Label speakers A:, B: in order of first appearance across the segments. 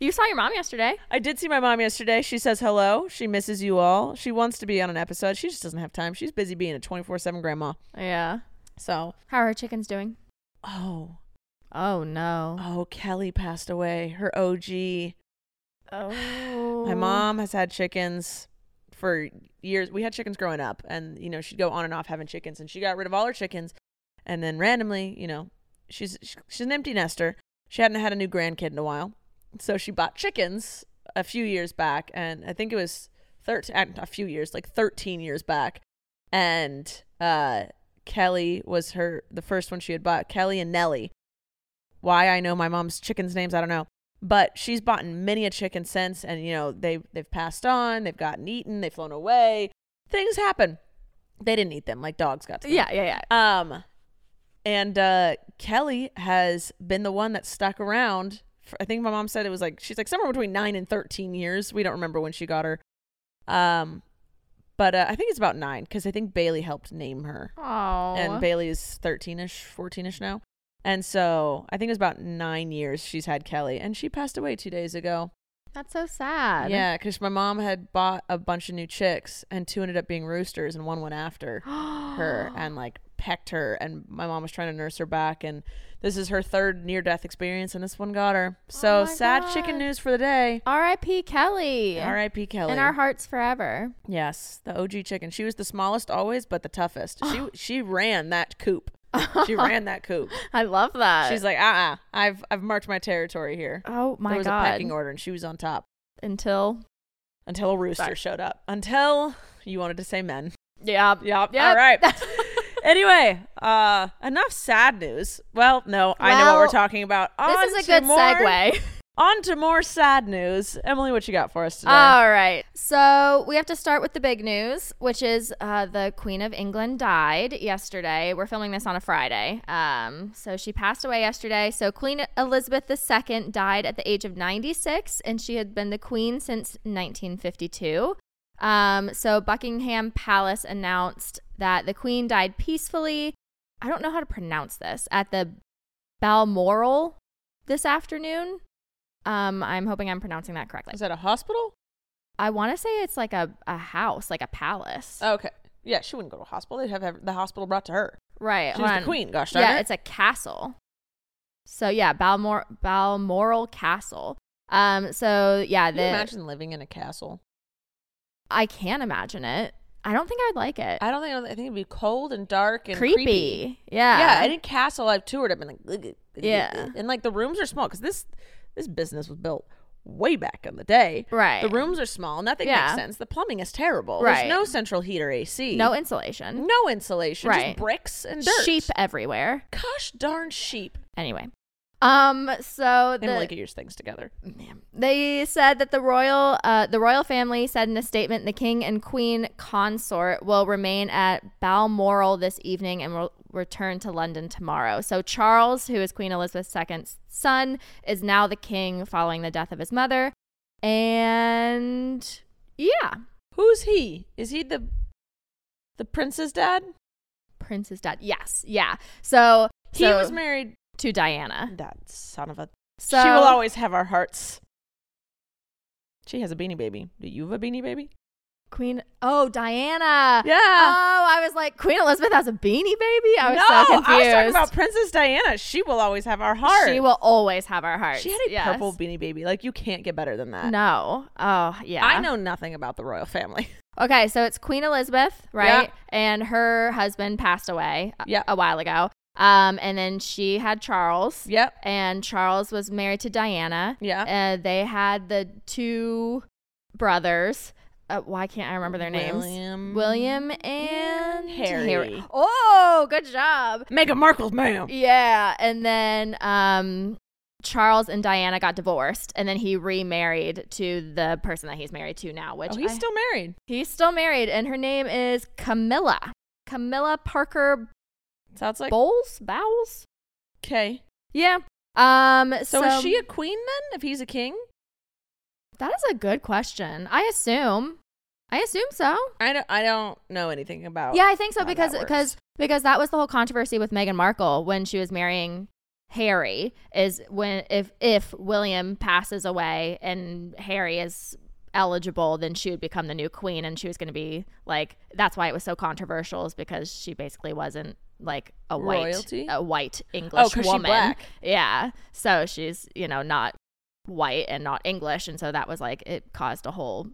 A: you saw your mom yesterday.
B: I did see my mom yesterday. She says hello. She misses you all. She wants to be on an episode. She just doesn't have time. She's busy being a 24 7 grandma.
A: Yeah.
B: So,
A: How are her chickens doing?
B: oh,
A: Oh no.
B: oh, Kelly passed away. Her OG.
A: Oh.
B: My mom has had chickens for years. We had chickens growing up, and you know she'd go on and off having chickens, and she got rid of all her chickens, and then randomly, you know, she's sh- she's an empty nester. She hadn't had a new grandkid in a while, so she bought chickens a few years back, and I think it was thirteen a few years, like thirteen years back, and uh, Kelly was her the first one she had bought. Kelly and Nellie. Why I know my mom's chickens' names, I don't know but she's bought many a chicken since and you know they they've passed on they've gotten eaten they've flown away things happen they didn't eat them like dogs got to them.
A: Yeah, yeah, yeah.
B: um and uh kelly has been the one that stuck around for, i think my mom said it was like she's like somewhere between 9 and 13 years we don't remember when she got her um but uh, i think it's about 9 because i think bailey helped name her
A: Oh.
B: and Bailey's 13ish, 14ish now. And so I think it was about nine years she's had Kelly, and she passed away two days ago.
A: That's so sad.
B: Yeah, because my mom had bought a bunch of new chicks, and two ended up being roosters, and one went after her and like pecked her. And my mom was trying to nurse her back, and this is her third near death experience, and this one got her. So
A: Oh my
B: sad chicken
A: God.
B: news for the day.
A: R.I.P. Kelly.
B: R.I.P. Kelly.
A: In our hearts forever.
B: yes, the OG chicken. She was the smallest always, but the toughest. She she ran that coop. She ran that coop.
A: I love that.
B: She's like, uh uh-uh, I've I've marked my territory here.
A: oh my
B: there was
A: god.
B: a pecking order and she was on top.
A: Until.
B: Until a rooster
A: Sorry.
B: showed up. Until you wanted to say men.
A: Yeah.
B: Yep. All right. anyway, uh enough sad news. Well, no, I know what we're
A: Well,
B: talking about. On
A: this is a
B: to
A: good
B: more,
A: segue.
B: On to more sad news. Emily, what you got for us today?
A: All right. So we have to start with the big news, which is uh, the Queen of England died yesterday. We're filming this on a Friday. Um, so she passed away yesterday. So Queen Elizabeth II died at the age of 96, and she had been the Queen since 1952. Um, so Buckingham Palace announced that the Queen died peacefully. I don't know how to pronounce this at the Balmoral this afternoon. Um, I'm hoping I'm pronouncing that correctly.
B: Is that a hospital?
A: I want to say it's like a, a house, like a palace.
B: Okay. Yeah, she wouldn't go to a hospital. They'd have ev- the hospital brought to her.
A: right.
B: She
A: hold
B: was the
A: on.
B: queen, gosh darn
A: Yeah,
B: it.
A: it's a castle. So yeah, Balmor- Balmoral Castle. Um. So yeah,
B: Can you
A: the,
B: imagine living in a castle?
A: I can't imagine it. I don't think I'd like it.
B: I don't think I think it'd be cold and dark and
A: creepy.
B: creepy.
A: Yeah.
B: Yeah, any castle I've toured, I've been like, "Ugh, ugh, ugh,
A: Yeah.
B: ugh." and like the rooms are small because this this business was built way back in the day.
A: Right.
B: The rooms are small. Nothing makes
A: Yeah.
B: sense. The plumbing is terrible. There's
A: Right.
B: no central heat or AC.
A: no insulation.
B: no insulation.
A: Right.
B: Just bricks and dirt.
A: Sheep everywhere.
B: Gosh darn sheep.
A: Anyway. Um, so the,
B: Emily, get your things together.
A: They said that the royal, uh, the royal family said in a statement, the king and queen consort will remain at Balmoral this evening and will return to London tomorrow. So Charles, who is Queen Elizabeth II's son, is now the king following the death of his mother, and yeah,
B: Who's he? Is he the the prince's dad?
A: Prince's dad. Yes, yeah. So
B: He
A: so-
B: was married.
A: to Diana.
B: That son of a.
A: So
B: she will always have our hearts. She has a beanie baby. Do you have a beanie baby?
A: Queen. Oh, Diana.
B: Yeah.
A: Oh, I was like Queen Elizabeth has a beanie baby. I was
B: no,
A: so confused.
B: I was talking about Princess Diana. She will always have our heart.
A: She will always have our hearts.
B: She had a
A: Yes.
B: purple beanie baby. Like you can't get better than that.
A: No. Oh, yeah.
B: I know nothing about the royal family.
A: Okay, so it's Queen Elizabeth, right? And her husband passed away a,
B: Yeah.
A: a while ago. Um, and then she had Charles.
B: Yep.
A: And Charles was married to Diana.
B: Yeah.
A: Uh, they had the two brothers. Uh, why can't I remember their names?
B: William-
A: William and
B: Harry.
A: Oh, good job.
B: Meghan Markle, ma'am.
A: Yeah, and then um Charles and Diana got divorced and then he remarried to the person that he's married to now, which
B: Oh, he's
A: I-
B: still married.
A: he's still married and her name is Camilla. Camilla Parker
B: Sounds like
A: Bowles Bowles?
B: okay.
A: Yeah. Um so,
B: So, is she a queen then? If he's a king,
A: That is a good question. I assume. I assume so.
B: I don't. I don't know anything about.
A: yeah, I think so
B: how that
A: because
B: works.
A: because because that was the whole controversy with Meghan Markle when she was marrying Harry is when if if William passes away and Harry is eligible then she would become the new queen and she was going to be like that's why it was so controversial is because she basically wasn't like a white
B: Royalty? Oh,
A: a white English
B: 'cause she
A: woman.
B: black.
A: Yeah. So she's, you know, not white and not English and so that was like it caused a whole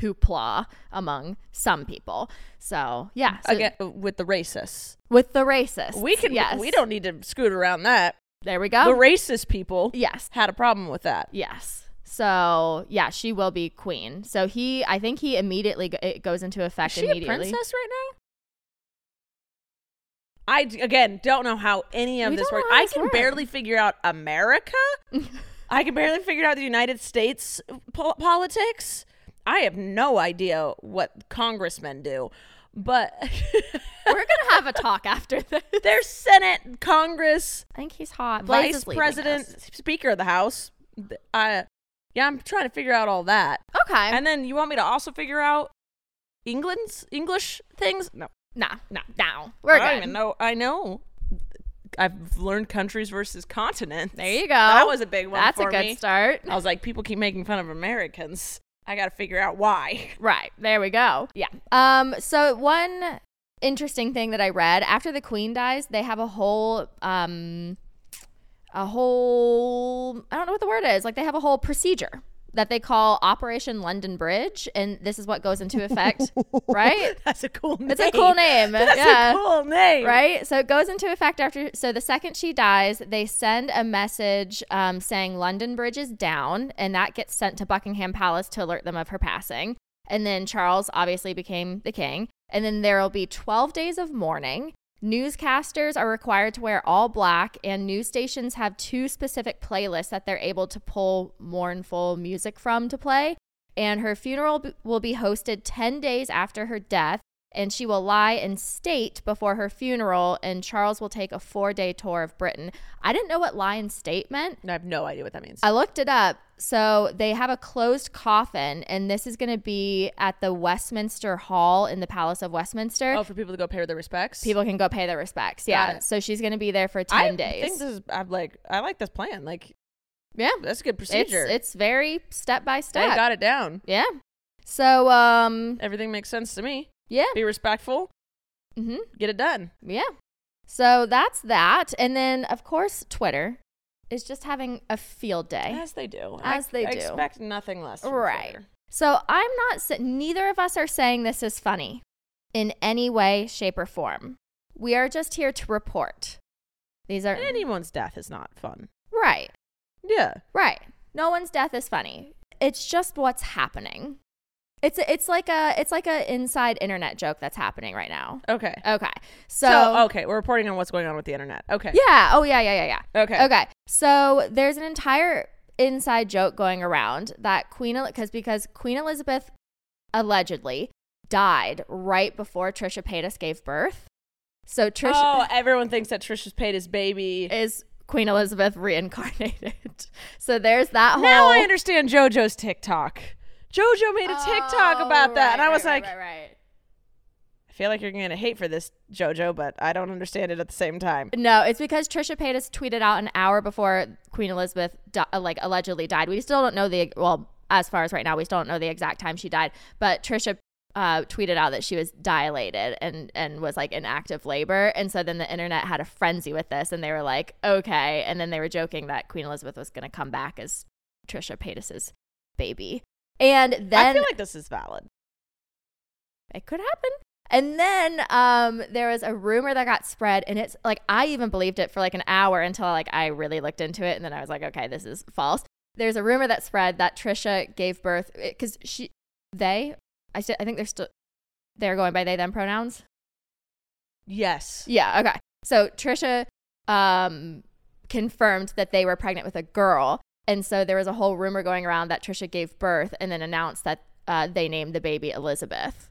A: hoopla among some people. So, yeah. so-
B: Again, uh, with the racists,
A: with the racists.
B: we can.
A: Yes.
B: We don't need to scoot around that.
A: There we go.
B: the racist people
A: yes.
B: had a problem with that.
A: Yes. So yeah, she will be queen. So he, I think he immediately go- it goes into effect
B: Is she a
A: immediately.
B: princess right now? I d- again don't know how any of
A: We
B: this
A: don't know
B: works.
A: how
B: I
A: this
B: can
A: works.
B: barely figure out America. I can barely figure out the United States uh, po- politics. I have no idea what congressmen do, but
A: We're gonna have a talk after this.
B: their Senate, Congress,
A: I think he's hot. Blaze
B: Vice
A: is leaving us.
B: President, Speaker of the House. Th- I, yeah, I'm trying to figure out all that.
A: Okay.
B: And then you want me to also figure out England's English things? No,
A: nah, nah, nah. We're
B: I don't
A: good.
B: even know. I know. I've learned countries versus continents.
A: There you go.
B: That was a big one.
A: That's
B: for
A: a good
B: me.
A: start.
B: I was like, people keep making fun of Americans. I got to figure out why.
A: Right. There we go. Yeah. Um so one interesting thing that I read after the queen dies, they have a whole um a whole I don't know what the word is. Like they have a whole procedure that they call Operation London Bridge and this is what goes into effect, right?
B: That's a cool name.
A: It's a cool name.
B: That's
A: yeah.
B: a cool name.
A: Right? So it goes into effect after. So the second she dies, they send a message um, saying London Bridge is down, and that gets sent to Buckingham Palace to alert them of her passing. And then Charles obviously became the king. And then there will be 12 days of mourning. Newscasters are required to wear all black, and news stations have two specific playlists that they're able to pull mournful music from to play. And her funeral b- will be hosted 10 days after her death and she will lie in state before her funeral and charles will take a four-day tour of britain i didn't know what lie in state meant
B: I have no idea what that means.
A: i looked it up so they have a closed coffin and this is going to be at the westminster hall in the palace of westminster
B: oh, for people to go pay their respects.
A: people can go pay their respects
B: Got
A: yeah
B: it.
A: so she's going to be there for 10
B: I
A: days
B: think this is. I'm like. I like this plan. Like
A: yeah
B: that's a good
A: it's,
B: procedure.
A: it's very step by
B: they
A: step
B: got it down.
A: yeah so um
B: Everything makes sense to me.
A: yeah
B: Be respectful.
A: mm-hmm.
B: Get it done.
A: Yeah. So that's that. And then, of course, Twitter is just having a field day.
B: As they do.
A: As they do.
B: Expect nothing less. from
A: Right.
B: Twitter.
A: So I'm not, sa- neither of us are saying this is funny in any way, shape, or form. We are just here to report. These are,
B: And anyone's death is not fun.
A: right,
B: Yeah.
A: right. No one's death is funny. It's just what's happening. It's, a, it's like a it's like a inside internet joke that's happening right now.
B: Okay.
A: Okay, so,
B: oh, So okay, we're reporting on what's going on with the internet. Okay.
A: yeah, oh yeah, yeah, yeah, yeah.
B: Okay.
A: Okay. So there's an entire inside joke going around that Queen because because Queen Elizabeth allegedly died right before Trisha Paytas gave birth. So Trisha
B: Oh, everyone thinks that Trisha's paid his baby.
A: is Queen Elizabeth reincarnated. So there's that whole
B: Now I understand JoJo's TikTok. JoJo made a TikTok
A: Oh,
B: about that, and
A: right,
B: I was
A: right,
B: like,
A: right, right,
B: I feel like you're gonna hate for this, JoJo, but I don't understand it at the same time.
A: right. No, it's because Trisha Paytas tweeted out an hour before Queen Elizabeth di- uh, like allegedly died. We still don't know the well, as far as right now, we still don't know the exact time she died, but Trisha uh, tweeted out that she was dilated and and was like in active labor, and so then the internet had a frenzy with this, and they were like, okay, and then they were joking that Queen Elizabeth was going to come back as Trisha Paytas's baby, and then
B: I feel like this is valid.
A: it could happen. And then um, there was a rumor that got spread, and it's like I even believed it for like an hour until like I really looked into it, and then I was like, okay, this is false. There's a rumor that spread that Trisha gave birth because she, they, I, st- I think they're still they're going by they them pronouns.
B: Yes.
A: Yeah, okay. So Trisha um, confirmed that they were pregnant with a girl, and so there was a whole rumor going around that Trisha gave birth and then announced that uh, they named the baby Elizabeth.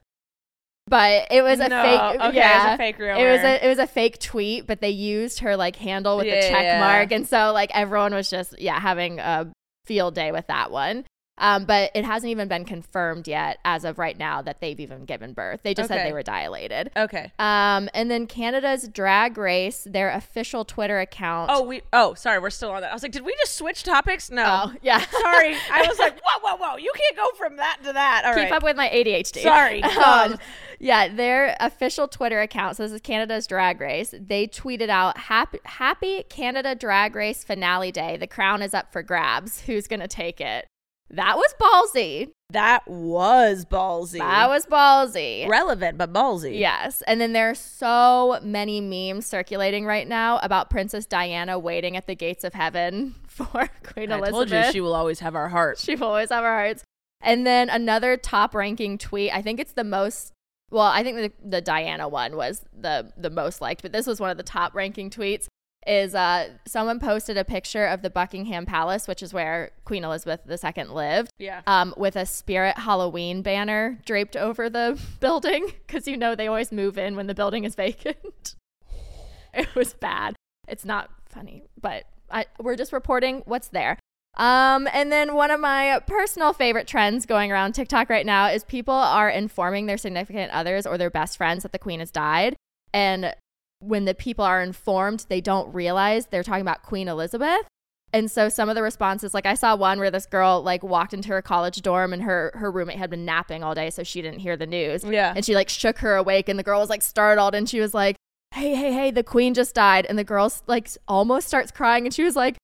A: But it was a
B: No,
A: fake.
B: Okay,
A: yeah,
B: it was a fake rumor.
A: It was a it was a fake tweet, but they used her like handle with
B: Yeah,
A: the check
B: yeah.
A: mark, and so like everyone was just yeah having a field day with that one. Um, but it hasn't even been confirmed yet as of right now that they've even given birth. They just said
B: Okay.
A: they were dilated.
B: okay.
A: Um, and then Canada's Drag Race, their official Twitter account.
B: Oh, we. Oh, sorry, we're still on that. I was like, did we just switch topics? No.
A: Oh, yeah.
B: Sorry, I was like, whoa, whoa, whoa! You can't go from that to that. All right.
A: Keep up with my ADHD.
B: Sorry, God.
A: Um, yeah, their official Twitter account. So this is Canada's Drag Race. They tweeted out happy, happy Canada Drag Race finale day. The crown is up for grabs. Who's gonna take it? That was ballsy.
B: That was ballsy.
A: That was ballsy.
B: relevant, but ballsy.
A: Yes. And then there are so many memes circulating right now about Princess Diana waiting at the gates of heaven for Queen
B: I
A: Elizabeth.
B: told you she will always have our heart.
A: She will always have our hearts. And then another top ranking tweet. I think it's the most well, I think the, the Diana one was the the most liked, but this was one of the top ranking tweets. Is uh, someone posted a picture of the Buckingham Palace, which is where Queen Elizabeth II lived,
B: Yeah.
A: um, with a spirit Halloween banner draped over the building because you know they always move in when the building is vacant. it was bad. It's not funny, but I, we're just reporting what's there. Um, and then one of my personal favorite trends going around TikTok right now is people are informing their significant others or their best friends that the queen has died. And when the people are informed, they don't realize they're talking about Queen Elizabeth. And so some of the responses, like I saw one where this girl like walked into her college dorm and her her roommate had been napping all day, so she didn't hear the news.
B: Yeah.
A: And she like shook her awake, and the girl was like startled, and she was like, "Hey, hey, hey, the queen just died!" And the girl like almost starts crying, and she was like,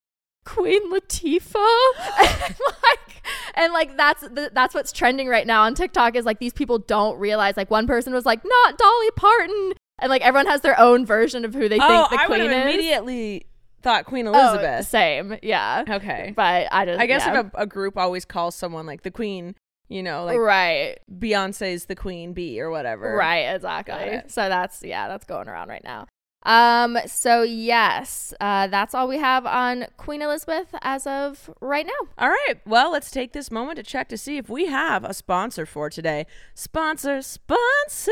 A: "Queen Latifah," and like, and like that's the, that's what's trending right now on TikTok is like these people don't realize. Like one person was like, "Not Dolly Parton," and like everyone has their own version of who they
B: oh,
A: think the
B: I would
A: queen
B: have
A: is.
B: immediately thought Queen
A: Oh,
B: Elizabeth.
A: same, yeah.
B: okay.
A: But I don't.
B: I guess
A: yeah.
B: if a, a group always calls someone like the Queen, you know, like
A: right,
B: Beyonce's the Queen Bee or whatever.
A: right, exactly.
B: Got it.
A: So that's yeah, that's going around right now. Um, so yes, uh, that's all we have on Queen Elizabeth as of right now.
B: All right. Well, let's take this moment to check to see if we have a sponsor for today. Sponsor, sponsor.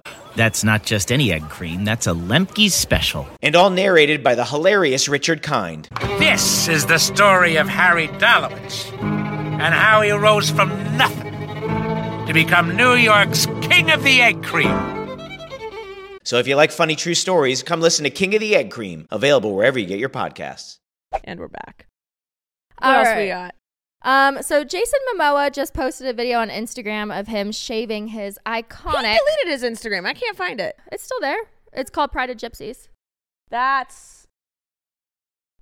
C: That's not just any egg cream, that's a Lemke's special.
D: and all narrated by the hilarious Richard Kind.
E: This is the story of Harry Dalowitz and how he rose from nothing to become New York's king of the egg cream.
D: So if you like funny true stories, come listen to King of the Egg Cream, available wherever you get your podcasts.
B: And we're back. What
A: All
B: else we
A: right.
B: got?
A: Um, so Jason Momoa just posted a video on Instagram of him shaving his iconic.
B: He deleted his Instagram. I can't find it.
A: It's still there. It's called Pride of Gypsies.
B: That's.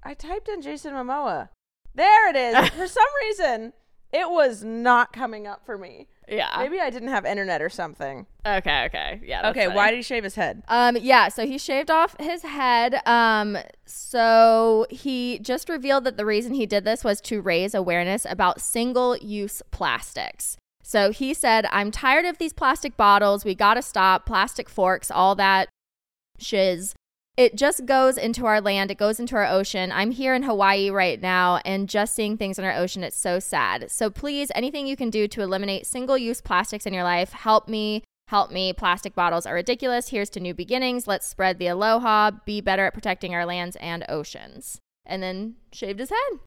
B: I typed in Jason Momoa. There it is. for some reason, it was not coming up for me.
A: Yeah.
B: Maybe I didn't have internet or something.
A: Okay. Okay. Yeah.
B: Okay. Why did he shave his head?
A: Um, yeah, so he shaved off his head. Um, so he just revealed that the reason he did this was to raise awareness about single use plastics. So he said, I'm tired of these plastic bottles. We got to stop. Plastic forks, all that shiz. It just goes into our land, it goes into our ocean. I'm here in Hawaii right now, and just seeing things in our ocean, it's so sad. So please, anything you can do to eliminate single use plastics in your life, help me. Help me. Plastic bottles are ridiculous. Here's to new beginnings. Let's spread the aloha. Be better at protecting our lands and oceans. And then shaved his head.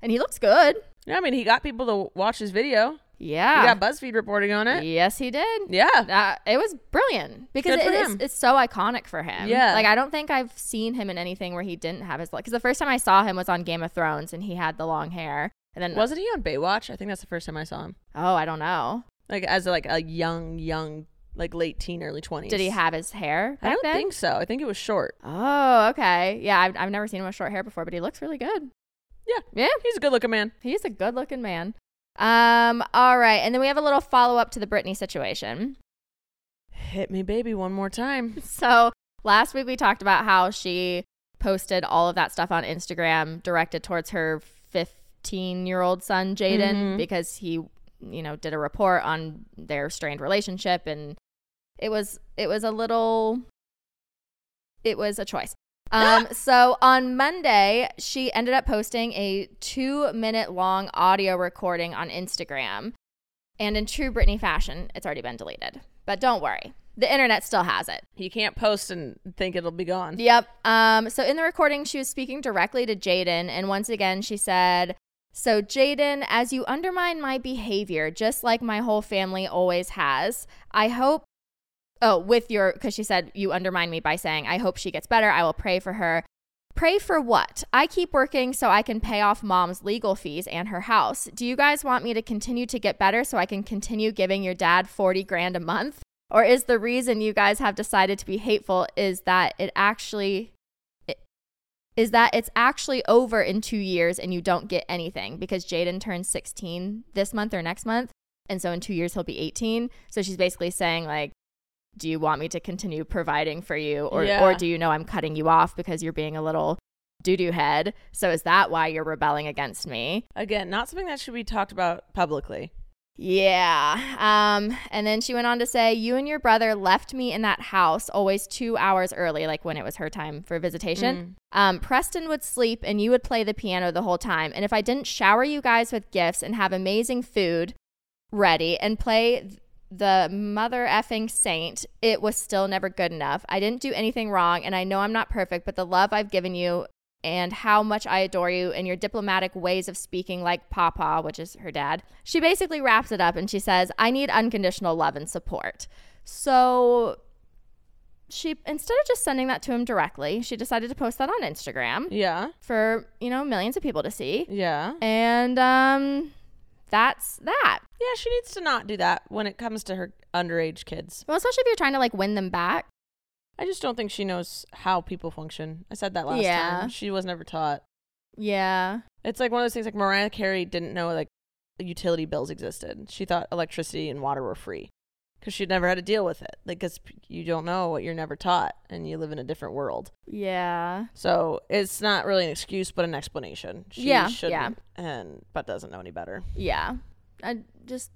A: And he looks good.
B: Yeah, I mean, he got people to watch his video.
A: Yeah.
B: He got BuzzFeed reporting on it.
A: Yes, he did.
B: Yeah.
A: Uh, it was brilliant because
B: Good
A: it
B: for
A: is,
B: him.
A: it's so iconic for him.
B: Yeah.
A: Like, I don't think I've seen him in anything where he didn't have his, because the first time I saw him was on Game of Thrones and he had the long hair. And then,
B: Wasn't he on Baywatch? I think that's the first time I saw him.
A: oh, I don't know.
B: Like as like a young, young, like late teen, early twenties.
A: Did he have his hair?
B: I
A: back
B: don't
A: then?
B: think so. I think it was short.
A: Oh, okay. Yeah, I've, I've never seen him with short hair before, but he looks really good.
B: Yeah.
A: Yeah.
B: He's a good looking man.
A: He's a good looking man. Um, all right. And then we have a little follow up to the Britney situation.
B: Hit me, baby, one more time.
A: So last week we talked about how she posted all of that stuff on Instagram directed towards her 15 year old son, Jaden,
B: Mhm.
A: because he, you know, did a report on their strained relationship and it was it was a little it was a choice. Um, so on Monday, she ended up posting a two minute long audio recording on Instagram. And in true Britney fashion, it's already been deleted. But don't worry, the internet still has it.
B: You can't post and think it'll be gone.
A: Yep. Um, so in the recording, she was speaking directly to Jaden. And once again, she said, So, Jaden, as you undermine my behavior, just like my whole family always has, I hope, oh, with your, because she said, You undermine me by saying, I hope she gets better. I will pray for her. Pray for what? I keep working so I can pay off mom's legal fees and her house. Do you guys want me to continue to get better so I can continue giving your dad 40 grand a month? Or is the reason you guys have decided to be hateful is that it actually it- is that it's actually over in 2 years and you don't get anything because Jaden turns 16 this month or next month and so in 2 years he'll be 18. So she's basically saying like do you want me to continue providing for you or
B: Yeah.
A: or do you know I'm cutting you off because you're being a little doo-doo head? So is that why you're rebelling against me?
B: Again, not something that should be talked about publicly.
A: Yeah. Um, and then she went on to say, You and your brother left me in that house always two hours early, like when it was her time for visitation. Um, Preston would sleep and you would play the piano the whole time. And if I didn't shower you guys with gifts and have amazing food ready and play th- the mother effing saint, it was still never good enough. I didn't do anything wrong and I know I'm not perfect, but the love I've given you and how much I adore you and your diplomatic ways of speaking, like Papa, which is her dad. She basically wraps it up and she says, I need unconditional love and support. So she, instead of just sending that to him directly, she decided to post that on Instagram
B: Yeah.
A: for, you know, millions of people to see.
B: Yeah.
A: And um, that's that.
B: Yeah, she needs to not do that when it comes to her underage kids.
A: Well, especially if you're trying to like win them back.
B: I just don't think she knows how people function. I said that last
A: Yeah.
B: time. She was never taught.
A: Yeah.
B: It's like one of those things like Mariah Carey didn't know like utility bills existed. She thought electricity and water were free because she'd never had to deal with it. Like, because you don't know what you're never taught and you live in a different world.
A: Yeah.
B: So it's not really an excuse, but an explanation. She
A: Yeah,
B: should
A: yeah.
B: And, but doesn't know any better.
A: Yeah. I just,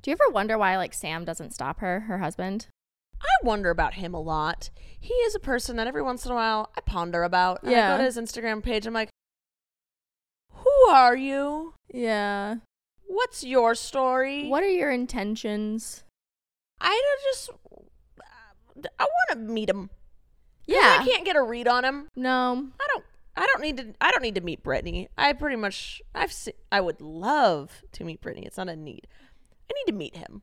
A: do you ever wonder why like Sam doesn't stop her, her husband?
B: I wonder about him a lot. He is a person that every once in a while I ponder about. And I go
A: Yeah.
B: to his Instagram page. I'm like, who are you?
A: Yeah.
B: What's your story?
A: What are your intentions?
B: I don't just. I want to meet him. 'Cause
A: Yeah.
B: I can't get a read on him.
A: No.
B: I don't. I don't need to. I don't need to meet Brittany. I pretty much. I've. Se- I would love to meet Brittany. It's not a need. I need to meet him.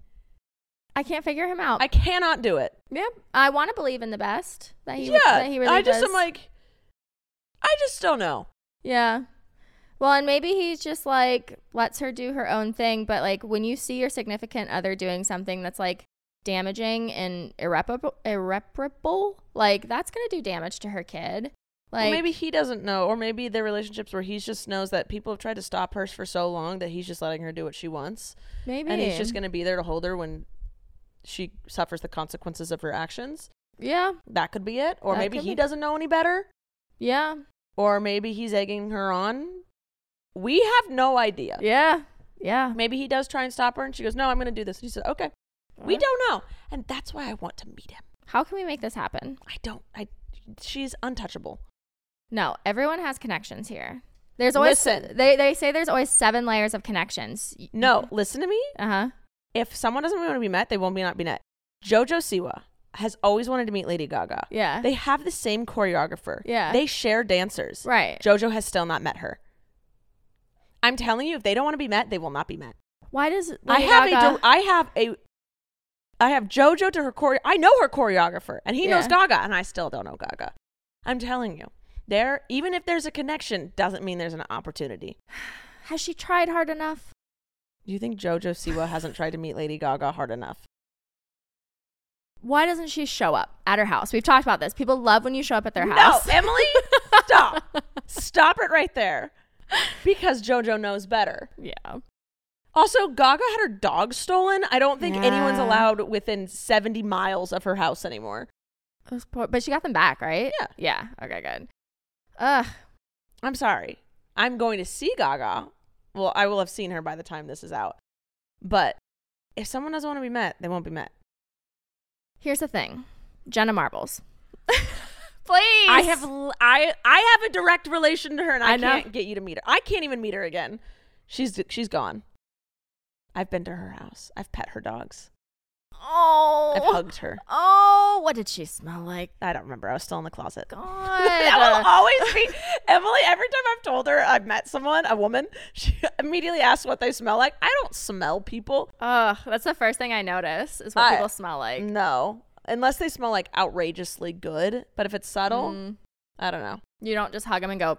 A: I can't figure him out.
B: I cannot do it.
A: yeah. I want to believe in the best that he
B: yeah.
A: that he really
B: I just
A: does.
B: am like. I just don't know.
A: Yeah. Well, and maybe he just like lets her do her own thing, but like when you see your significant other doing something that's like damaging and irreparable, irreparable, like that's gonna do damage to her kid. Like
B: well, maybe he doesn't know, or maybe their relationships where he just knows that people have tried to stop her for so long that he's just letting her do what she wants.
A: Maybe.
B: and he's just gonna be there to hold her when she suffers the consequences of her actions.
A: Yeah.
B: That could be it, or
A: That
B: maybe
A: could
B: he
A: be-
B: doesn't know any better,
A: Yeah.
B: or maybe he's egging her on. We have no idea.
A: Yeah. Yeah.
B: Maybe he does try and stop her, and she goes, "No, I'm gonna do this." And she says, "Okay." We don't know, and that's why I want to meet him.
A: How can we make this happen?
B: I don't. I. She's untouchable.
A: No, everyone has connections here. There's always
B: Listen.
A: they they say there's always seven layers of connections.
B: No, listen to me.
A: Uh huh.
B: If someone doesn't want to be met, they won't be not be met. Jojo Siwa has always wanted to meet Lady Gaga.
A: Yeah.
B: They have the same choreographer.
A: Yeah.
B: They share dancers.
A: Right.
B: Jojo has still not met her. I'm telling you, if they don't want to be met, they will not be met.
A: Why does
B: I
A: Lady
B: have
A: Gaga-
B: a, di- I have a, I have JoJo to her choreo. I know her choreographer, and he knows
A: Yeah.
B: Gaga, and I still don't know Gaga. I'm telling you, there. Even if there's a connection, doesn't mean there's an opportunity.
A: has she tried hard enough?
B: Do you think JoJo Siwa hasn't tried to meet Lady Gaga hard enough?
A: Why doesn't she show up at her house? We've talked about this. People love when you show up at their
B: no,
A: house.
B: Emily, stop, stop it right there, because JoJo knows better.
A: yeah.
B: Also, Gaga had her dog stolen. I don't think anyone's
A: Yeah.
B: allowed within 70 miles of her house anymore.
A: Those poor- but she got them back, right?
B: Yeah.
A: Yeah. Okay, good. Ugh.
B: I'm sorry. I'm going to see Gaga. Well, I will have seen her by the time this is out. But if someone doesn't want to be met, they won't be met.
A: Here's the thing Jenna Marbles. Please.
B: I have l- I I have a direct relation to her and I,
A: I know.
B: can't get you to meet her. I can't even meet her again. She's she's gone. I've been to her house. I've pet her dogs.
A: Oh.
B: I've hugged her.
A: Oh, what did she smell like?
B: I don't remember. I was still in the closet.
A: God.
B: That will always be Emily. Every time I've told her I've met someone, a woman, she immediately asks what they smell like. I don't smell people.
A: Ugh, that's the first thing I notice is what
B: I-
A: people smell like.
B: No, unless they smell like outrageously good. But if it's subtle, I don't know.
A: Mm. You don't just hug them and go,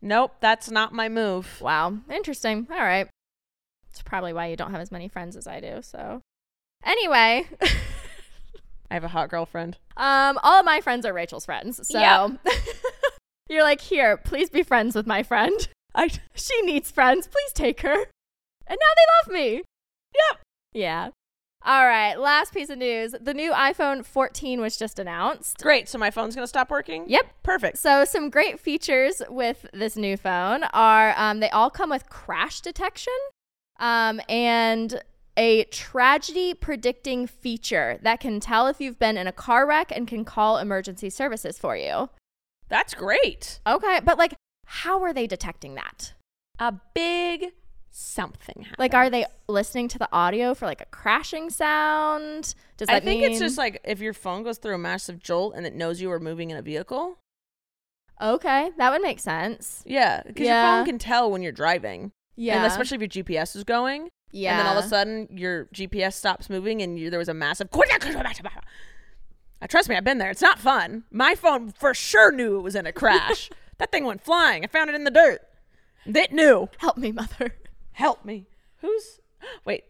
B: Nope, that's not my move.
A: wow, interesting. All right. It's probably why you don't have as many friends as I do. So, anyway,
B: I have a hot girlfriend.
A: um, all of my friends are Rachel's friends. So,
B: Yeah.
A: you're like, here, please be friends with my friend.
B: I
A: She needs friends. Please take her. And now they love me.
B: yep.
A: Yeah. All right. Last piece of news the new iPhone 14 was just announced.
B: Great. So my phone's gonna stop working.
A: Yep.
B: Perfect.
A: So, some great features with this new phone are um, they all come with crash detection um, and a tragedy predicting feature that can tell if you've been in a car wreck and can call emergency services for you.
B: That's great.
A: Okay, but like, how are they detecting that?
B: A big something. Happened.
A: Like, are they listening to the audio for like a crashing sound? Does that
B: I think it's
A: mean-
B: just like if your phone goes through a massive jolt and it knows you were moving in a vehicle.
A: okay, that would make sense.
B: Yeah, because your
A: Yeah.
B: phone can tell when you're driving.
A: Yeah,
B: And especially if your GPS is going.
A: yeah.
B: And then all of a sudden, your GPS stops moving, and you, there was a massive. Uh, Trust me, I've been there. It's not fun. My phone for sure knew it was in a crash. that thing went flying. I found it in the dirt. It knew.
A: help me, mother.
B: Help me. Who's? Wait,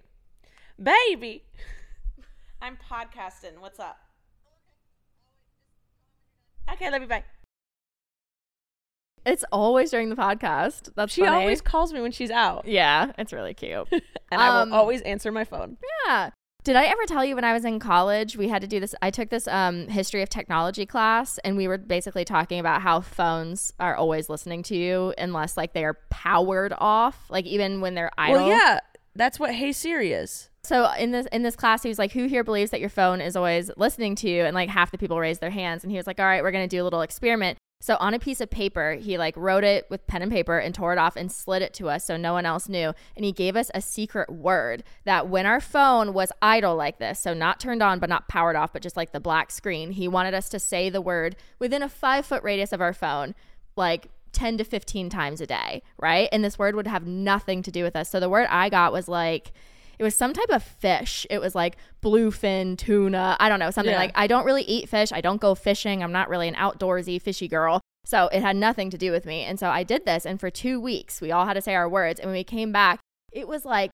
B: baby. I'm podcasting. What's up? Okay, love you. Bye.
A: It's always during the podcast. That's
B: She
A: funny.
B: always calls me when she's out,
A: Yeah, it's really cute.
B: and I
A: Um,
B: will always answer my phone.
A: yeah. Did I ever tell you when I was in college, we had to do this? I took this um, history of technology class, and we were basically talking about how phones are always listening to you unless like they are powered off, like even when they're idle.
B: Well, yeah, that's what Hey Siri is.
A: So in this in this class, he was like, "Who here believes that your phone is always listening to you?" And like half the people raised their hands, and he was like, "All right, we're gonna do a little experiment." So on a piece of paper, he like wrote it with pen and paper and tore it off and slid it to us so no one else knew. And he gave us a secret word that when our phone was idle like this, so not turned on but not powered off, but just like the black screen, he wanted us to say the word within a five foot radius of our phone, like 10 to 15 times a day, right? And this word would have nothing to do with us. So the word I got was like, it was some type of fish. It was like bluefin tuna. I don't know, something
B: Yeah.
A: like I don't really eat fish. I don't go fishing. I'm not really an outdoorsy fishy girl. So it had nothing to do with me. And so I did this. And for two weeks, we all had to say our words. And when we came back, it was like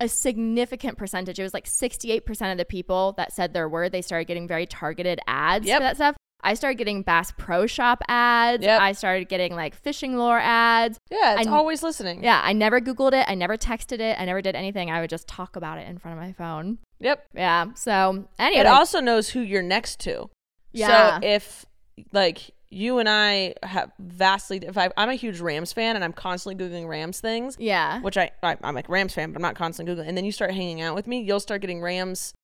A: a significant percentage. It was like 68% of the people that said their word, they started getting very targeted ads
B: Yep.
A: for that stuff. I started getting Bass Pro Shop ads.
B: Yep.
A: I started getting like fishing lore ads.
B: Yeah, it's
A: I-
B: always listening.
A: Yeah, I never Googled it. I never texted it. I never did anything. I would just talk about it in front of my phone.
B: Yep.
A: Yeah. So anyway,
B: It also knows who you're next to.
A: Yeah.
B: So if like you and I have vastly, if I, I'm a huge Rams fan and I'm constantly googling Rams things,
A: yeah,
B: which I, I I'm like Rams fan, but I'm not constantly googling. And then you start hanging out with me, you'll start getting Rams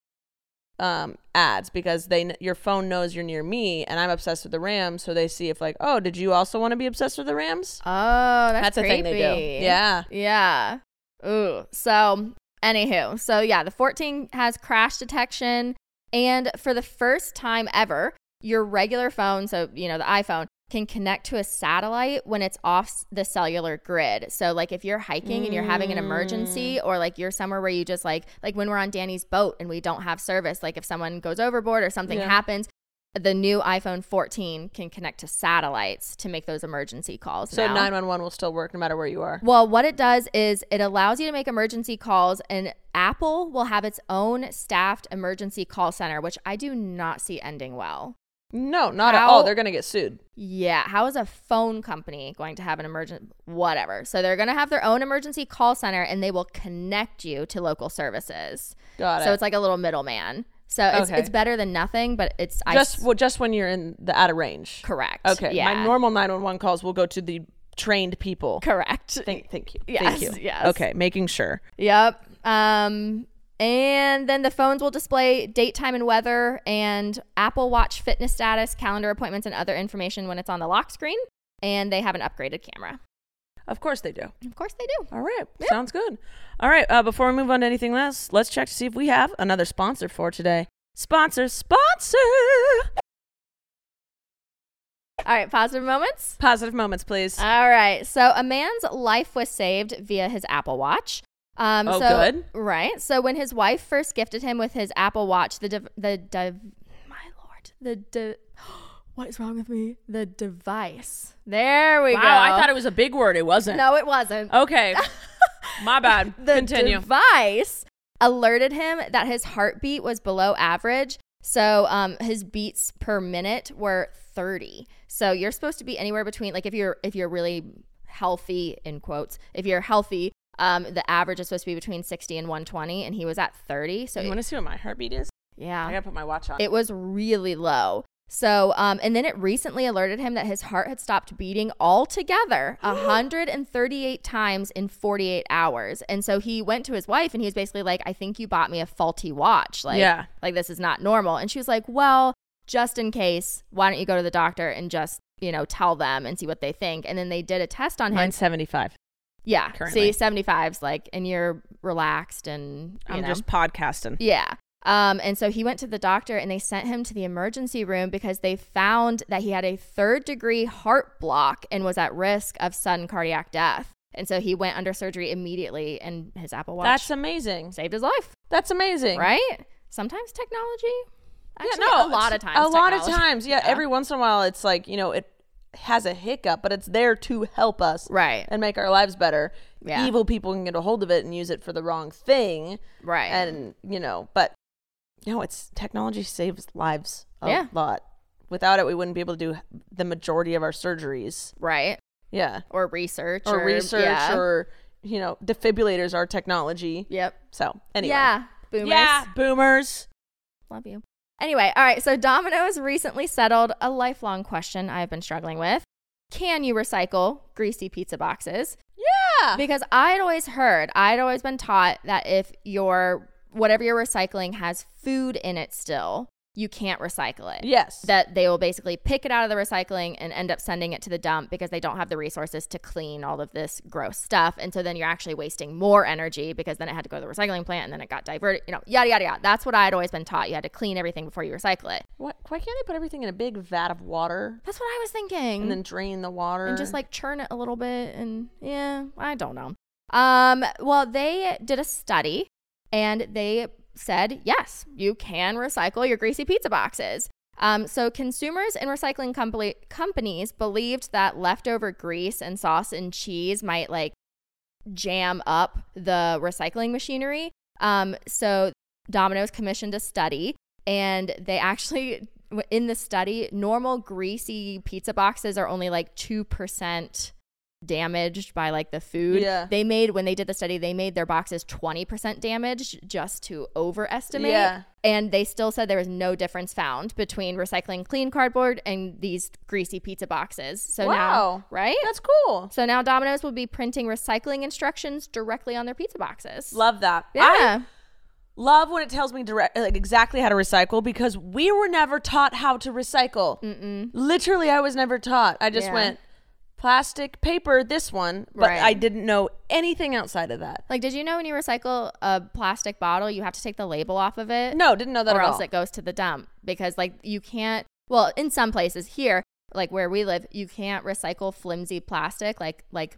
B: um ads because they kn- your phone knows you're near me and I'm obsessed with the Rams, so they see if like, oh, did you also want to be obsessed with the Rams?
A: Oh, that's,
B: That's a thing they do.
A: creepy.
B: Yeah.
A: Yeah. Ooh. So, anywho, so yeah, the 14 has crash detection, and for the first time ever, your regular phone, so you know the iPhone, can connect to a satellite when it's off s- the cellular grid. So, like if you're hiking and you're having an
B: Mm.
A: emergency, or like you're somewhere where you just like like when we're on Danny's boat and we don't have service, like if someone goes overboard or something
B: Yeah.
A: happens. The new iPhone 14 can connect to satellites to make those emergency calls.
B: So
A: now.
B: 911 will still work no matter where you are.
A: Well, what it does is it allows you to make emergency calls, and Apple will have its own staffed emergency call center, which I do not see ending well.
B: No, not at
A: How-
B: all. They're gonna get sued.
A: Yeah, how is a phone company going to have an emergency? Whatever. So they're going to have their own emergency call center, and they will connect you to local services.
B: Got
A: So
B: it.
A: it's like a little middleman. So it's,
B: Okay.
A: it's better than nothing, but it's I
B: just
A: s-
B: well, just when you're in the out of range.
A: correct.
B: Okay.
A: Yeah.
B: My normal 911 calls will go to the trained people.
A: correct.
B: Thank, thank you.
A: Yes,
B: Thank you.
A: yes.
B: Okay. Making sure.
A: Yep. Um, and then the phones will display date, time, and weather, and Apple Watch fitness status, calendar appointments, and other information when it's on the lock screen. And they have an upgraded camera.
B: Of course they do.
A: Of course, they do.
B: All right. Sounds good. All right. Uh, before we move on to anything else, let's check to see if we have another sponsor for today. Sponsor, sponsor.
A: All right, positive moments.
B: Positive moments, please.
A: All right. So a man's life was saved via his Apple Watch. Um,
B: Oh,
A: so,
B: good.
A: Right. So when his wife first gifted him with his Apple Watch, the div- the div- my lord, the di- what is wrong with me? The device. There we go.
B: was a big word. It wasn't.
A: No, it wasn't.
B: Okay. My bad.
A: The device alerted him that his heartbeat was below average. So um, his beats per minute were 30. So you're supposed to be anywhere between like if you're if you're really healthy in quotes, if you're healthy, um, the average is supposed to be between 60 and 120, and he was at 30. So
B: you
A: it-
B: want to see what my heartbeat is? I
A: yeah,
B: gotta put my watch on.
A: it was really low. So um, and then it recently alerted him that his heart had stopped beating altogether 138 times in 48 hours. And so he went to his wife and he was basically like, "I think you bought me a faulty watch. Like,
B: Yeah.
A: like this is not normal." And she was like, "Well, just in case, why don't you go to the doctor and just." You know, tell them and see what they think. And then they did a test on him.
B: Mine's 75.
A: Yeah.
B: currently.
A: See, 75's like, and you're relaxed and you
B: I'm
A: know.
B: just podcasting.
A: Yeah. Um, and so he went to the doctor and they sent him to the emergency room because they found that he had a third degree heart block and was at risk of sudden cardiac death. And so he went under surgery immediately and his Apple Watch
B: That's amazing.
A: saved his life,
B: That's amazing.
A: right? Sometimes technology. Actually, a lot of
B: it's-
A: times.
B: A lot of
A: technology.
B: times. Yeah, Every once in a while, it's like, you know, it has a hiccup, but it's there to help us
A: Right.
B: and make our lives better.
A: Yeah.
B: Evil people can get a hold of it and use it for the wrong thing.
A: Right.
B: And, you know, but no, it's technology saves lives a
A: Yeah.
B: lot. Without it, we wouldn't be able to do the majority of our surgeries.
A: right.
B: Yeah.
A: Or research.
B: Or research
A: yeah.
B: or, you know, defibrillators are technology.
A: Yep.
B: So, anyway.
A: Yeah. Boomers.
B: Yeah. Boomers.
A: Love you. Anyway, all right. So Domino's recently settled a lifelong question I've been struggling with. Can you recycle greasy pizza boxes?
B: Yeah.
A: Because I'd always heard, I'd always been taught that if your whatever you're recycling has food in it still, you can't recycle it.
B: Yes.
A: That they will basically pick it out of the recycling and end up sending it to the dump because they don't have the resources to clean all of this gross stuff. And so then you're actually wasting more energy because then it had to go to the recycling plant and then it got diverted, you know, yada, yada, yada. That's what I had always been taught. You had to clean everything before you recycle it.
B: Why, why can't they put everything in a big vat of water
A: That's what I was thinking.
B: and then drain the water?
A: and just like churn it a little bit and yeah i don't know um well they did a study and they said yes you can recycle your greasy pizza boxes Um, so consumers and recycling company- companies believed that leftover grease and sauce and cheese might like jam up the recycling machinery. Um, so Domino's commissioned a study, and they actually, in the study, normal greasy pizza boxes are only like 2% damaged by like the food.
B: Yeah.
A: They made, when they did the study, they made their boxes 20% damaged just to overestimate.
B: Yeah.
A: And they still said there was no difference found between recycling clean cardboard and these greasy pizza boxes. So now,
B: Wow.
A: right?
B: That's cool.
A: So now Domino's will be printing recycling instructions directly on their pizza boxes.
B: Love that.
A: yeah.
B: I love when it tells me direct, like exactly how to recycle because we were never taught how to recycle.
A: Mm-mm.
B: Literally, I was never taught. I just
A: Yeah.
B: went plastic, paper, this one, but
A: Right.
B: I didn't know anything outside of that.
A: Like, did you know when you recycle a plastic bottle, you have to take the label off of it?
B: No, didn't know that
A: or
B: at
A: else
B: all.
A: it goes to the dump because, like, you can't. Well, in some places here, like where we live, you can't recycle flimsy plastic. Like, like,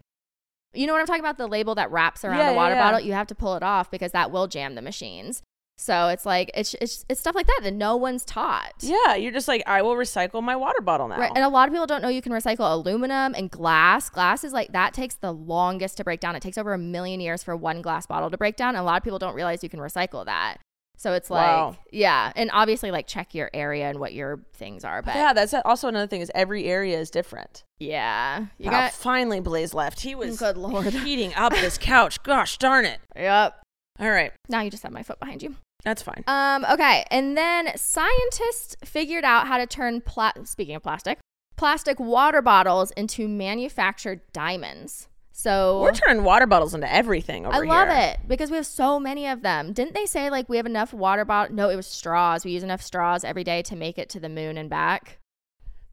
A: you know what I'm talking about? The label that wraps around
B: Yeah,
A: a
B: yeah,
A: water
B: yeah.
A: bottle, you have to pull it off because that will jam the machines. So it's like it's it's, it's stuff like that that no one's taught.
B: yeah, you're just like, I will recycle my water bottle now.
A: Right. And a lot of people don't know you can recycle aluminum and glass. Glass is like that takes the longest to break down. It takes over a million years for one glass bottle to break down. And a lot of people don't realize you can recycle that. So it's like,
B: Wow.
A: yeah. And obviously, like, check your area and what your things are. But
B: yeah,
A: yeah,
B: that's also another thing is every area is different.
A: you
B: Wow,
A: got,
B: finally Blaze left. He was
A: Good Lord.
B: heating up this couch. Gosh darn it.
A: yep.
B: All right.
A: Now you just have my foot behind you.
B: That's fine.
A: Um, okay. And then scientists figured out how to turn, pla- speaking of plastic, plastic water bottles into manufactured diamonds. So
B: We're turning water bottles into everything over
A: Oh. I love
B: here.
A: it because we have so many of them. Didn't they say like we have enough water bottle? No, it was straws. We use enough straws every day to make it to the moon and back.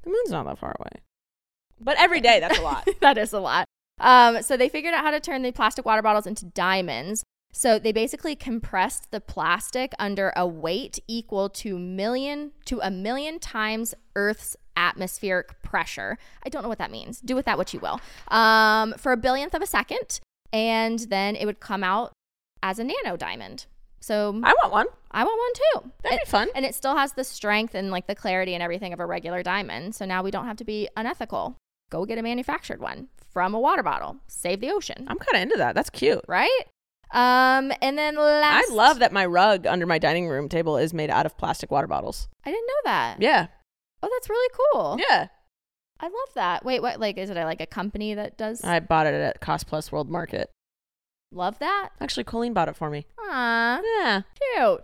B: The moon's not that far away. But every day, that's a lot.
A: that is a lot. Um, so they figured out how to turn the plastic water bottles into diamonds. So they basically compressed the plastic under a weight equal to million to a million times Earth's atmospheric pressure. I don't know what that means. Do with that what you will. Um, for a billionth of a second, and then it would come out as a nano diamond. So
B: I want one.
A: I want one too.
B: That'd be
A: It-
B: fun.
A: And it still has the strength and like the clarity and everything of a regular diamond. So now we don't have to be unethical. Go get a manufactured one from a water bottle. Save the ocean.
B: I'm kind of into that. That's cute.
A: Right? Um, and then last
B: I love that my rug under my dining room table is made out of plastic water bottles.
A: I didn't know that.
B: Yeah.
A: Oh, that's really cool.
B: Yeah.
A: I love that. Wait, what like is it a, like a company that does
B: I bought it at Cost Plus World Market.
A: love that?
B: Actually, Colleen bought it for me.
A: Aw.
B: Yeah.
A: Cute.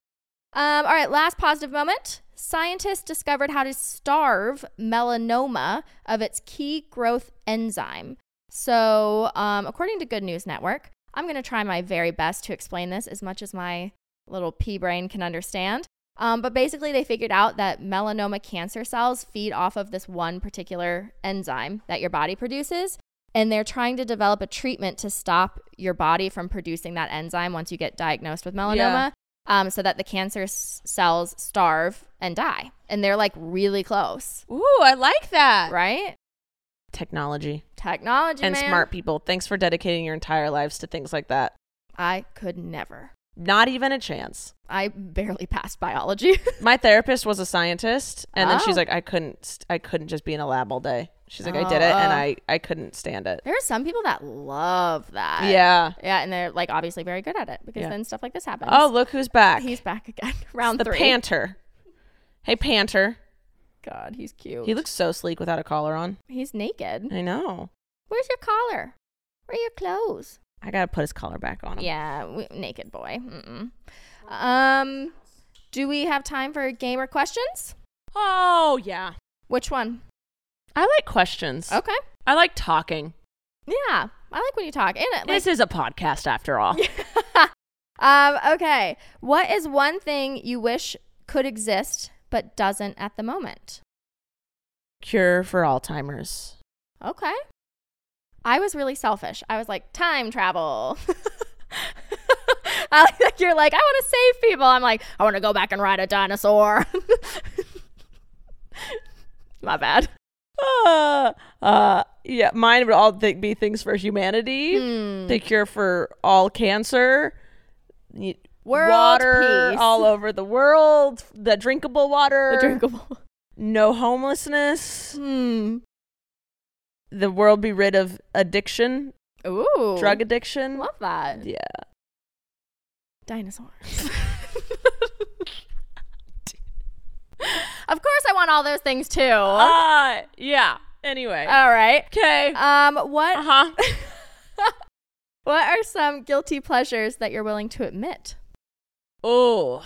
A: Um, all right, last positive moment. Scientists discovered how to starve melanoma of its key growth enzyme. So, um, according to Good News Network, I'm going to try my very best to explain this as much as my little pea brain can understand. Um, but basically, they figured out that melanoma cancer cells feed off of this one particular enzyme that your body produces. And they're trying to develop a treatment to stop your body from producing that enzyme once you get diagnosed with melanoma
B: Yeah.
A: um, so that the cancer s- cells starve and die. And they're like really close,
B: Ooh, I like that.
A: right?
B: Technology
A: Technology
B: and
A: man.
B: smart people. Thanks for dedicating your entire lives to things like that.
A: I could never.
B: Not even a chance.
A: I barely passed biology.
B: My therapist was a scientist, and then she's
A: Oh.
B: like, I couldn't, st- I couldn't just be in a lab all day. She's like, I
A: Oh,
B: did it, and
A: uh.
B: I, I couldn't stand it.
A: there are some people that love that.
B: Yeah.
A: Yeah, and they're like obviously very good at it because
B: Yeah.
A: then stuff like this happens.
B: Oh, look who's back.
A: he's back again.
B: It's
A: Round
B: the
A: three.
B: panter. Hey, panter.
A: God, he's cute.
B: He looks so sleek without a collar on.
A: He's naked.
B: I know.
A: Where's your collar? Where are your clothes?
B: I gotta put his collar back on him.
A: Yeah, we, naked boy. Mm-mm. Um, do we have time for gamer questions?
B: Oh yeah.
A: Which one?
B: I like questions.
A: Okay.
B: I like talking.
A: Yeah, I like when you talk. And it, like,
B: this is a podcast after all.
A: um, okay. What is one thing you wish could exist but doesn't at the moment?
B: Cure for Alzheimer's.
A: Okay. I was really selfish. I was like, time travel. I like that you're like, I want to save people. I'm like, I want to go back and ride a dinosaur. My bad.
B: Uh, uh, yeah, mine would all th- be things for humanity,
A: Hmm.
B: the cure for all cancer, y-
A: World
B: water
A: peace.
B: all over the world, the drinkable water,
A: The drinkable.
B: no homelessness. Hmm. The world be rid of addiction,
A: Ooh.
B: drug addiction.
A: Love that.
B: Yeah.
A: Dinosaurs. of course, I want all those things too.
B: Ah, yeah. Anyway.
A: all right.
B: okay.
A: Um, what?
B: Uh-huh.
A: What are some guilty pleasures that you're willing to admit?
B: oh.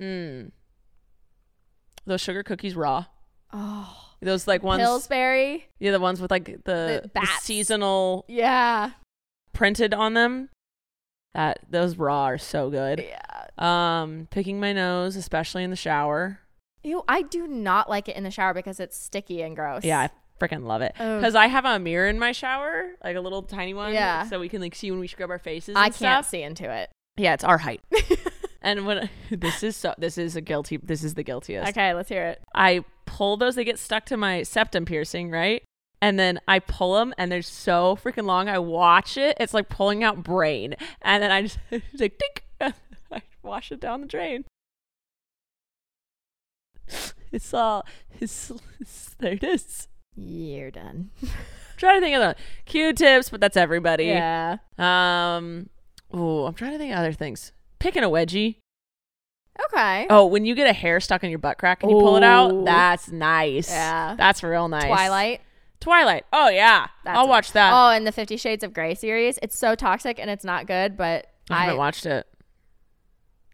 B: Mm. Those sugar cookies raw.
A: Oh,
B: Those like ones
A: Pillsbury.
B: Yeah, the ones with like the,
A: The
B: the
A: bats.
B: seasonal
A: Yeah.
B: printed on them. That those raw are so good.
A: Yeah.
B: Um, picking my nose, especially in the shower.
A: Ew, I do not like it in the shower because it's sticky and gross.
B: Yeah, I freaking love it
A: Ugh.
B: because I have a mirror in my shower, like a little tiny one.
A: Yeah.
B: so we can like see when we scrub our faces.
A: I
B: and
A: can't
B: stuff.
A: see into it.
B: Yeah, it's our height. and when this is so, this is a guilty. This is the guiltiest.
A: Okay, let's hear it.
B: I pull those. They get stuck to my septum piercing, right? And then I pull them, and they're so freaking long. I watch it. It's like pulling out brain, and then I just it's like tink. I wash it down the drain. It's all. It's, it's- there it is.
A: You're done.
B: Try to think of the Q-tips, but that's everybody.
A: yeah.
B: Um. Oh, I'm trying to think of other things. Picking a wedgie.
A: Okay.
B: Oh, when you get a hair stuck in your butt crack and you pull it out,
A: Ooh.
B: that's nice.
A: Yeah.
B: That's real nice.
A: Twilight.
B: Twilight. Oh yeah,
A: That's
B: I'll
A: a-
B: watch that.
A: Oh, and the Fifty Shades of Grey series. It's so toxic and it's not good, but
B: I
A: I.
B: haven't watched it.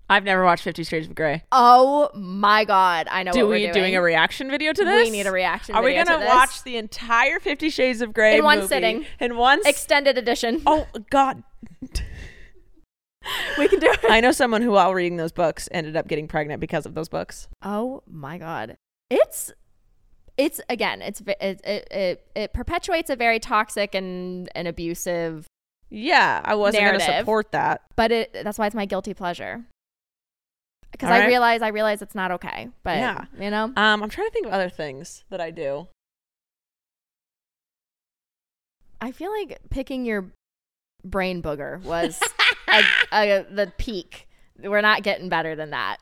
B: I've never watched Fifty Shades of Grey.
A: oh my god! I know.
B: Do
A: what
B: we
A: we're doing.
B: doing a reaction video to
A: We
B: this?
A: need a reaction
B: Are we
A: video to
B: gonna
A: this.
B: watch the entire Fifty Shades of Grey
A: In one
B: movie
A: sitting.
B: In one. s-
A: extended edition?
B: oh God.
A: we can do it.
B: I know someone who, while reading those books, ended up getting pregnant because of those books.
A: Oh my god. It's it's again, it's ve- it it it, it perpetuates a very toxic and and abusive,
B: Yeah, I wasn't
A: Narrative.
B: gonna support that.
A: but it that's why it's my guilty pleasure. Cuz
B: All
A: I
B: right.
A: realize I realize it's not okay, but
B: Yeah.
A: you know.
B: Um, I'm trying to think of other things that I do.
A: I feel like picking your brain booger was a, a, the peak. We're not getting better than that.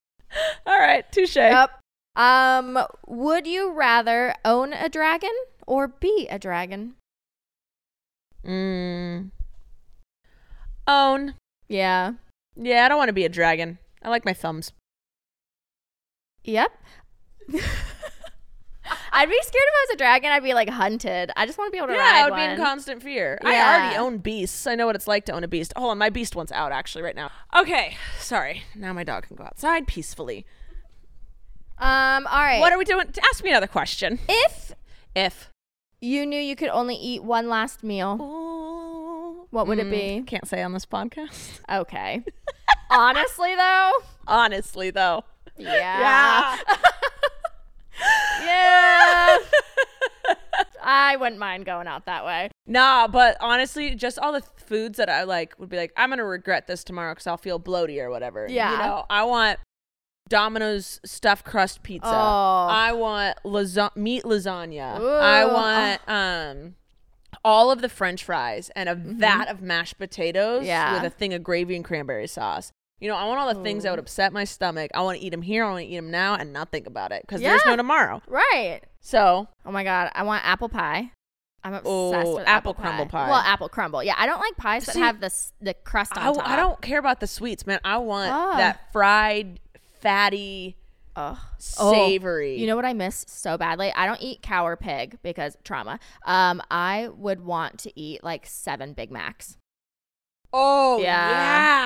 B: All right, touche.
A: Yep. Um would you rather own a dragon or be a dragon?
B: Mm. Own.
A: Yeah.
B: Yeah, I don't want to be a dragon. I like my thumbs.
A: Yep. I'd be scared if I was a dragon. I'd be like hunted. I just want to be able to
B: Yeah, I
A: ride
B: would be in
A: one.
B: constant fear. I
A: Yeah.
B: already own beasts. I know what it's like to own a beast. Hold on, my beast one's out actually right now. Okay, sorry. Now my dog can go outside peacefully.
A: um. All right.
B: What are we doing? Ask me another question.
A: if
B: If
A: you knew you could only eat one last meal? What would it be?
B: Can't say on this podcast.
A: Okay. Honestly, though.
B: Honestly, though.
A: Yeah. Yeah. I wouldn't mind going out that way.
B: Nah, but honestly, just all the foods that I like would be like, I'm gonna regret this tomorrow because I'll feel bloaty or whatever.
A: Yeah.
B: you know, I want Domino's stuffed crust pizza.
A: Oh.
B: I want lasa- meat lasagna.
A: Ooh.
B: I want um all of the French fries and a vat of mashed potatoes
A: Mm-hmm. Yeah.
B: with a thing of gravy and cranberry sauce. You know, I want all the things that would upset my stomach. I want to eat them here. I want to eat them now and not think about it because there's
A: Yeah.
B: no tomorrow.
A: Right.
B: So
A: Oh my god. I want apple pie. I'm obsessed
B: Oh,
A: with
B: apple
A: apple,
B: crumble pie.
A: Well, apple crumble. Yeah, I don't like pies that
B: See,
A: have the s- the crust on
B: I,
A: top.
B: I don't care about the sweets, man. I want
A: Ah.
B: that fried, fatty,
A: Ugh.
B: savory.
A: Oh, you know what I miss so badly? I don't eat cow or pig because trauma. Um, I would want to eat like seven Big Macs
B: Oh yeah,
A: Yeah.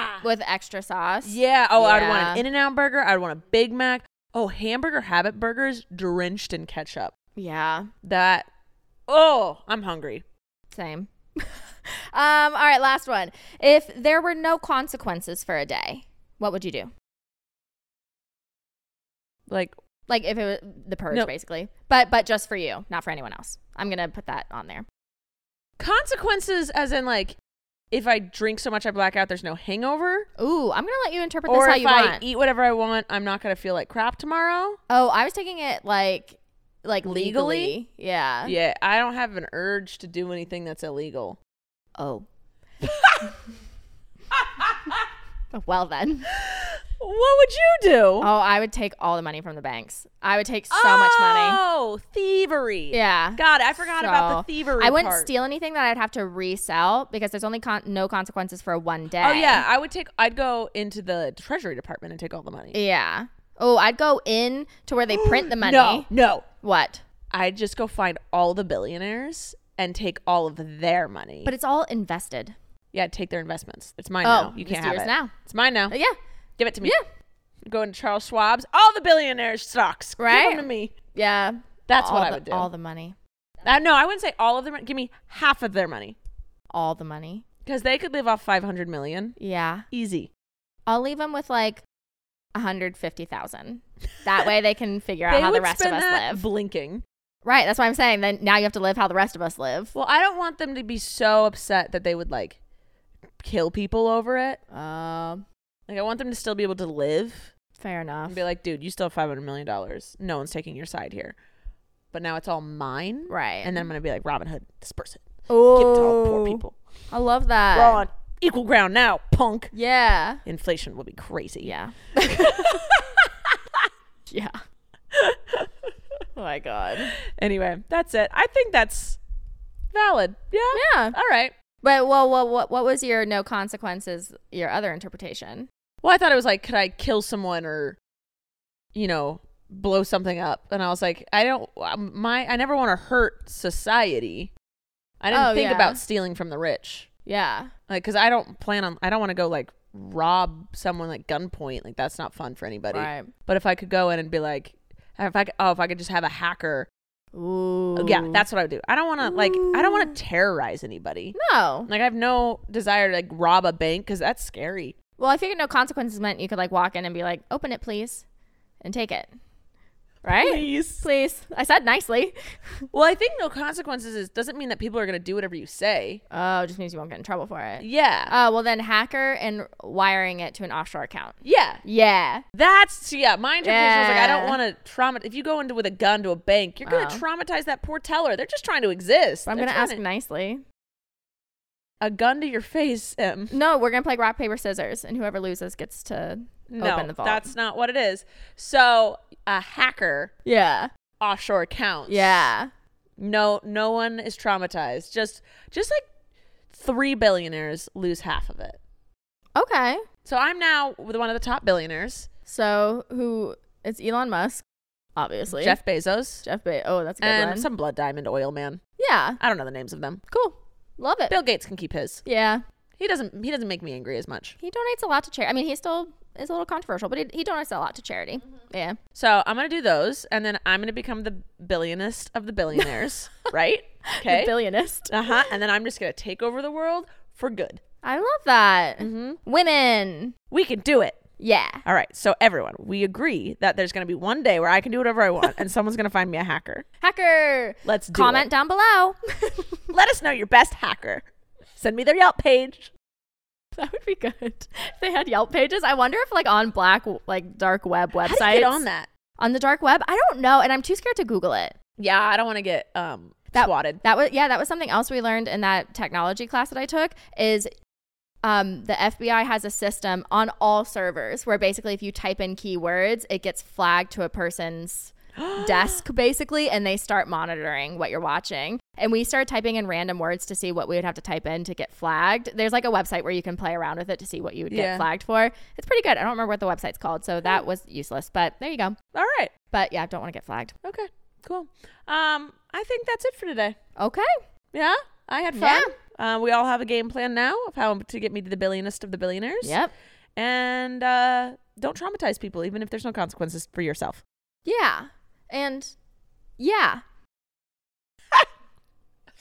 B: yeah.
A: with extra sauce.
B: Oh, I'd
A: Yeah.
B: want an In-N-Out burger. I'd want a Big Mac. Oh, hamburger habit burgers drenched in ketchup.
A: Yeah.
B: That. Oh, I'm hungry.
A: Same. um, all right, last one. If there were no consequences for a day, what would you do?
B: Like
A: Like if it was the purge,
B: No.
A: basically, but but just for you, not for anyone else. I'm gonna put that on there.
B: consequences, as in like, if I drink so much I black out, there's no hangover.
A: Ooh, I'm gonna let you interpret
B: or
A: this how
B: if
A: you
B: I
A: want.
B: eat whatever I want, I'm not gonna feel like crap tomorrow.
A: oh, I was taking it like like legally.
B: Legally?
A: Yeah.
B: Yeah, I don't have an urge to do anything that's illegal.
A: Oh. well Oh, then.
B: What would you do? Oh,
A: I would take all the money from the banks. I would take so much money.
B: Oh, thievery.
A: Yeah.
B: God, I forgot about the
A: So,
B: thievery.
A: I wouldn't
B: part.
A: steal anything that I'd have to resell because there's only con- no consequences for one day.
B: Oh yeah, I would take. I'd go into the Treasury Department and take all the money.
A: Yeah. Oh, I'd go in to where they print the money.
B: No, no.
A: What?
B: I'd just go find all the billionaires and take all of their money.
A: But it's all invested.
B: yeah, take their investments. It's mine
A: Oh,
B: now. You
A: it's
B: can't have
A: yours
B: it
A: now.
B: It's mine now.
A: Yeah.
B: Give it to me.
A: Yeah.
B: Go into Charles Schwab's. All the billionaires' stocks. Give 'em
A: Right?
B: to me.
A: Yeah.
B: That's what
A: All
B: I
A: the-
B: would do.
A: All the money.
B: Uh, no, I wouldn't say all of their money. Give me half of their money
A: All the money.
B: because they could live off five hundred million
A: Yeah.
B: easy.
A: I'll leave them with like 150,000. That way they can figure out
B: they
A: how the
B: would
A: rest of
B: spend
A: us
B: that
A: live.
B: blinking.
A: Right. That's what I'm saying. Then now you have to live how the rest of us live.
B: Well, I don't want them to be so upset that they would like kill people over it. Uh,
A: Um,
B: Like I want them to still be able to live
A: fair enough.
B: and be like, dude, you still have five hundred million dollars. No one's taking your side here. But now it's all mine.
A: Right.
B: And then I'm gonna be like Robin Hood, disperse it.
A: oh,
B: Give it to all the poor people.
A: I love that.
B: We're all on equal ground now, punk.
A: Yeah.
B: Inflation will be crazy.
A: Yeah. yeah. oh my god.
B: Anyway, that's it. I think that's valid. Yeah.
A: Yeah.
B: All right.
A: But well, well, what what was your no consequences? Your other interpretation?
B: Well, I thought it was like, could I kill someone or, you know, blow something up? And I was like, I don't, um, my, I never want to hurt society. I didn't
A: Oh,
B: think
A: yeah.
B: about stealing from the rich.
A: Yeah.
B: Like, cause I don't plan on, I don't want to go like rob someone like gunpoint. Like, that's not fun for anybody.
A: Right.
B: But if I could go in and be like, if I could, oh, if I could just have a hacker. oh,
A: Ooh.
B: Yeah, that's what I would do. I don't want to, like, I don't want to terrorize anybody.
A: no.
B: Like, I have no desire to like rob a bank because that's scary.
A: Well, I figured no consequences meant you could like walk in and be like, "Open it, please," and take it. Right?
B: Please.
A: Please. I said nicely.
B: Well, I think no consequences is, doesn't mean that people are going to do whatever you say.
A: Oh, it just means you won't get in trouble for it.
B: Yeah.
A: Oh, well then hacker and wiring it to an offshore account.
B: yeah.
A: Yeah.
B: That's, so yeah, my interpretation was like, I don't
A: Yeah.
B: want to trauma. If you go into with a gun to a bank, you're going to
A: Oh.
B: traumatize that poor teller. They're just trying to exist.
A: But I'm
B: They're
A: going to ask
B: trying
A: nicely.
B: a gun to your face, Em.
A: No, we're going to play rock, paper, scissors, and whoever loses gets to
B: No,
A: open the vault.
B: that's not what it is. So a hacker
A: Yeah.
B: offshore accounts.
A: Yeah.
B: No, no one is traumatized. Just, just like three billionaires lose half of it.
A: Okay.
B: So I'm now with one of the top billionaires,
A: So who? It's Elon Musk, obviously.
B: Jeff Bezos,
A: Jeff Ba- Oh, that's a good
B: and
A: one.
B: Um, some blood diamond oil man.
A: yeah.
B: I don't know the names of them.
A: Cool. Love it.
B: Bill Gates can keep his.
A: yeah.
B: He doesn't. He doesn't make me angry as much.
A: He donates a lot to charity. I mean, he still is a little controversial, but he, he donates a lot to charity.
B: Mm-hmm.
A: Yeah.
B: So I'm gonna do those, and then I'm gonna become the billionist of the billionaires, right? Okay.
A: The billionist.
B: uh huh. And then I'm just gonna take over the world for good.
A: I love that.
B: Mm-hmm.
A: Women.
B: We can do it.
A: Yeah.
B: All right. So everyone, we agree that there's gonna be one day where I can do whatever I want, and someone's gonna find me a hacker.
A: Hacker.
B: Let's do
A: comment
B: it.
A: down below.
B: Let us know your best hacker. Send me their Yelp page.
A: that would be good. If they had Yelp pages. I wonder if like on black like dark web websites.
B: How do you get on that?
A: On the dark web? I don't know, and I'm too scared to Google it.
B: Yeah, I don't want to get um
A: that,
B: swatted.
A: That was yeah, that was something else we learned in that technology class that I took is um, the FBI has a system on all servers where basically if you type in keywords, it gets flagged to a person's desk basically and they start monitoring what you're watching. And we started typing in random words to see what we would have to type in to get flagged. There's like a website where you can play around with it to see what you would get
B: Yeah.
A: flagged for. It's pretty good. I don't remember what the website's called, so that was useless, but there you go.
B: All right.
A: But yeah, I don't want to get flagged.
B: Okay. Cool. Um, I think that's it for today.
A: Okay.
B: Yeah, I had fun. Uh, we all have a game plan now of how to get me to the billionist of the billionaires.
A: Yep.
B: And uh, don't traumatize people, even if there's no consequences for yourself.
A: Yeah. And yeah.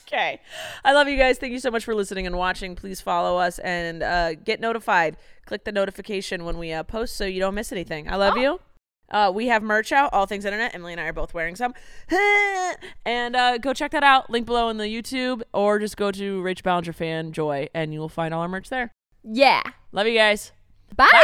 B: Okay. I love you guys. Thank you so much for listening and watching. Please follow us and uh, get notified. Click the notification when we uh, post so you don't miss anything. I love
A: Oh.
B: you. Uh, we have merch out, all things internet. Emily and I are both wearing some. and uh, go check that out. Link below in the YouTube or just go to Rach Ballinger Fan Joy and you will find all our merch there.
A: Yeah.
B: Love you guys.
A: Bye.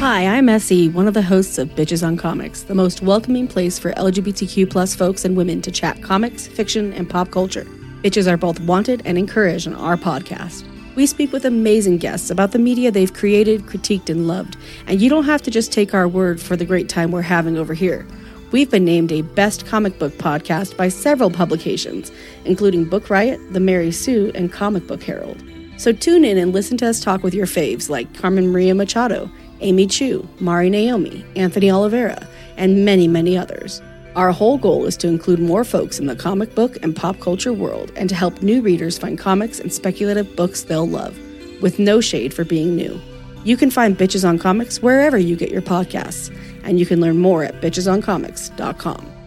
F: Hi, I'm SE, one of the hosts of Bitches on Comics, the most welcoming place for LGBTQ plus folks and women to chat comics, fiction, and pop culture. Bitches are both wanted and encouraged on our podcast. We speak with amazing guests about the media they've created, critiqued, and loved, and you don't have to just take our word for the great time we're having over here. We've been named a best comic book podcast by several publications, including Book Riot, The Mary Sue, and Comic Book Herald. So tune in and listen to us talk with your faves like Carmen Maria Machado, Amy Chu, Mari Naomi, Anthony Oliveira, and many, many others. Our whole goal is to include more folks in the comic book and pop culture world and to help new readers find comics and speculative books they'll love, with no shade for being new. You can find Bitches on Comics wherever you get your podcasts, and you can learn more at bitchesoncomics.com.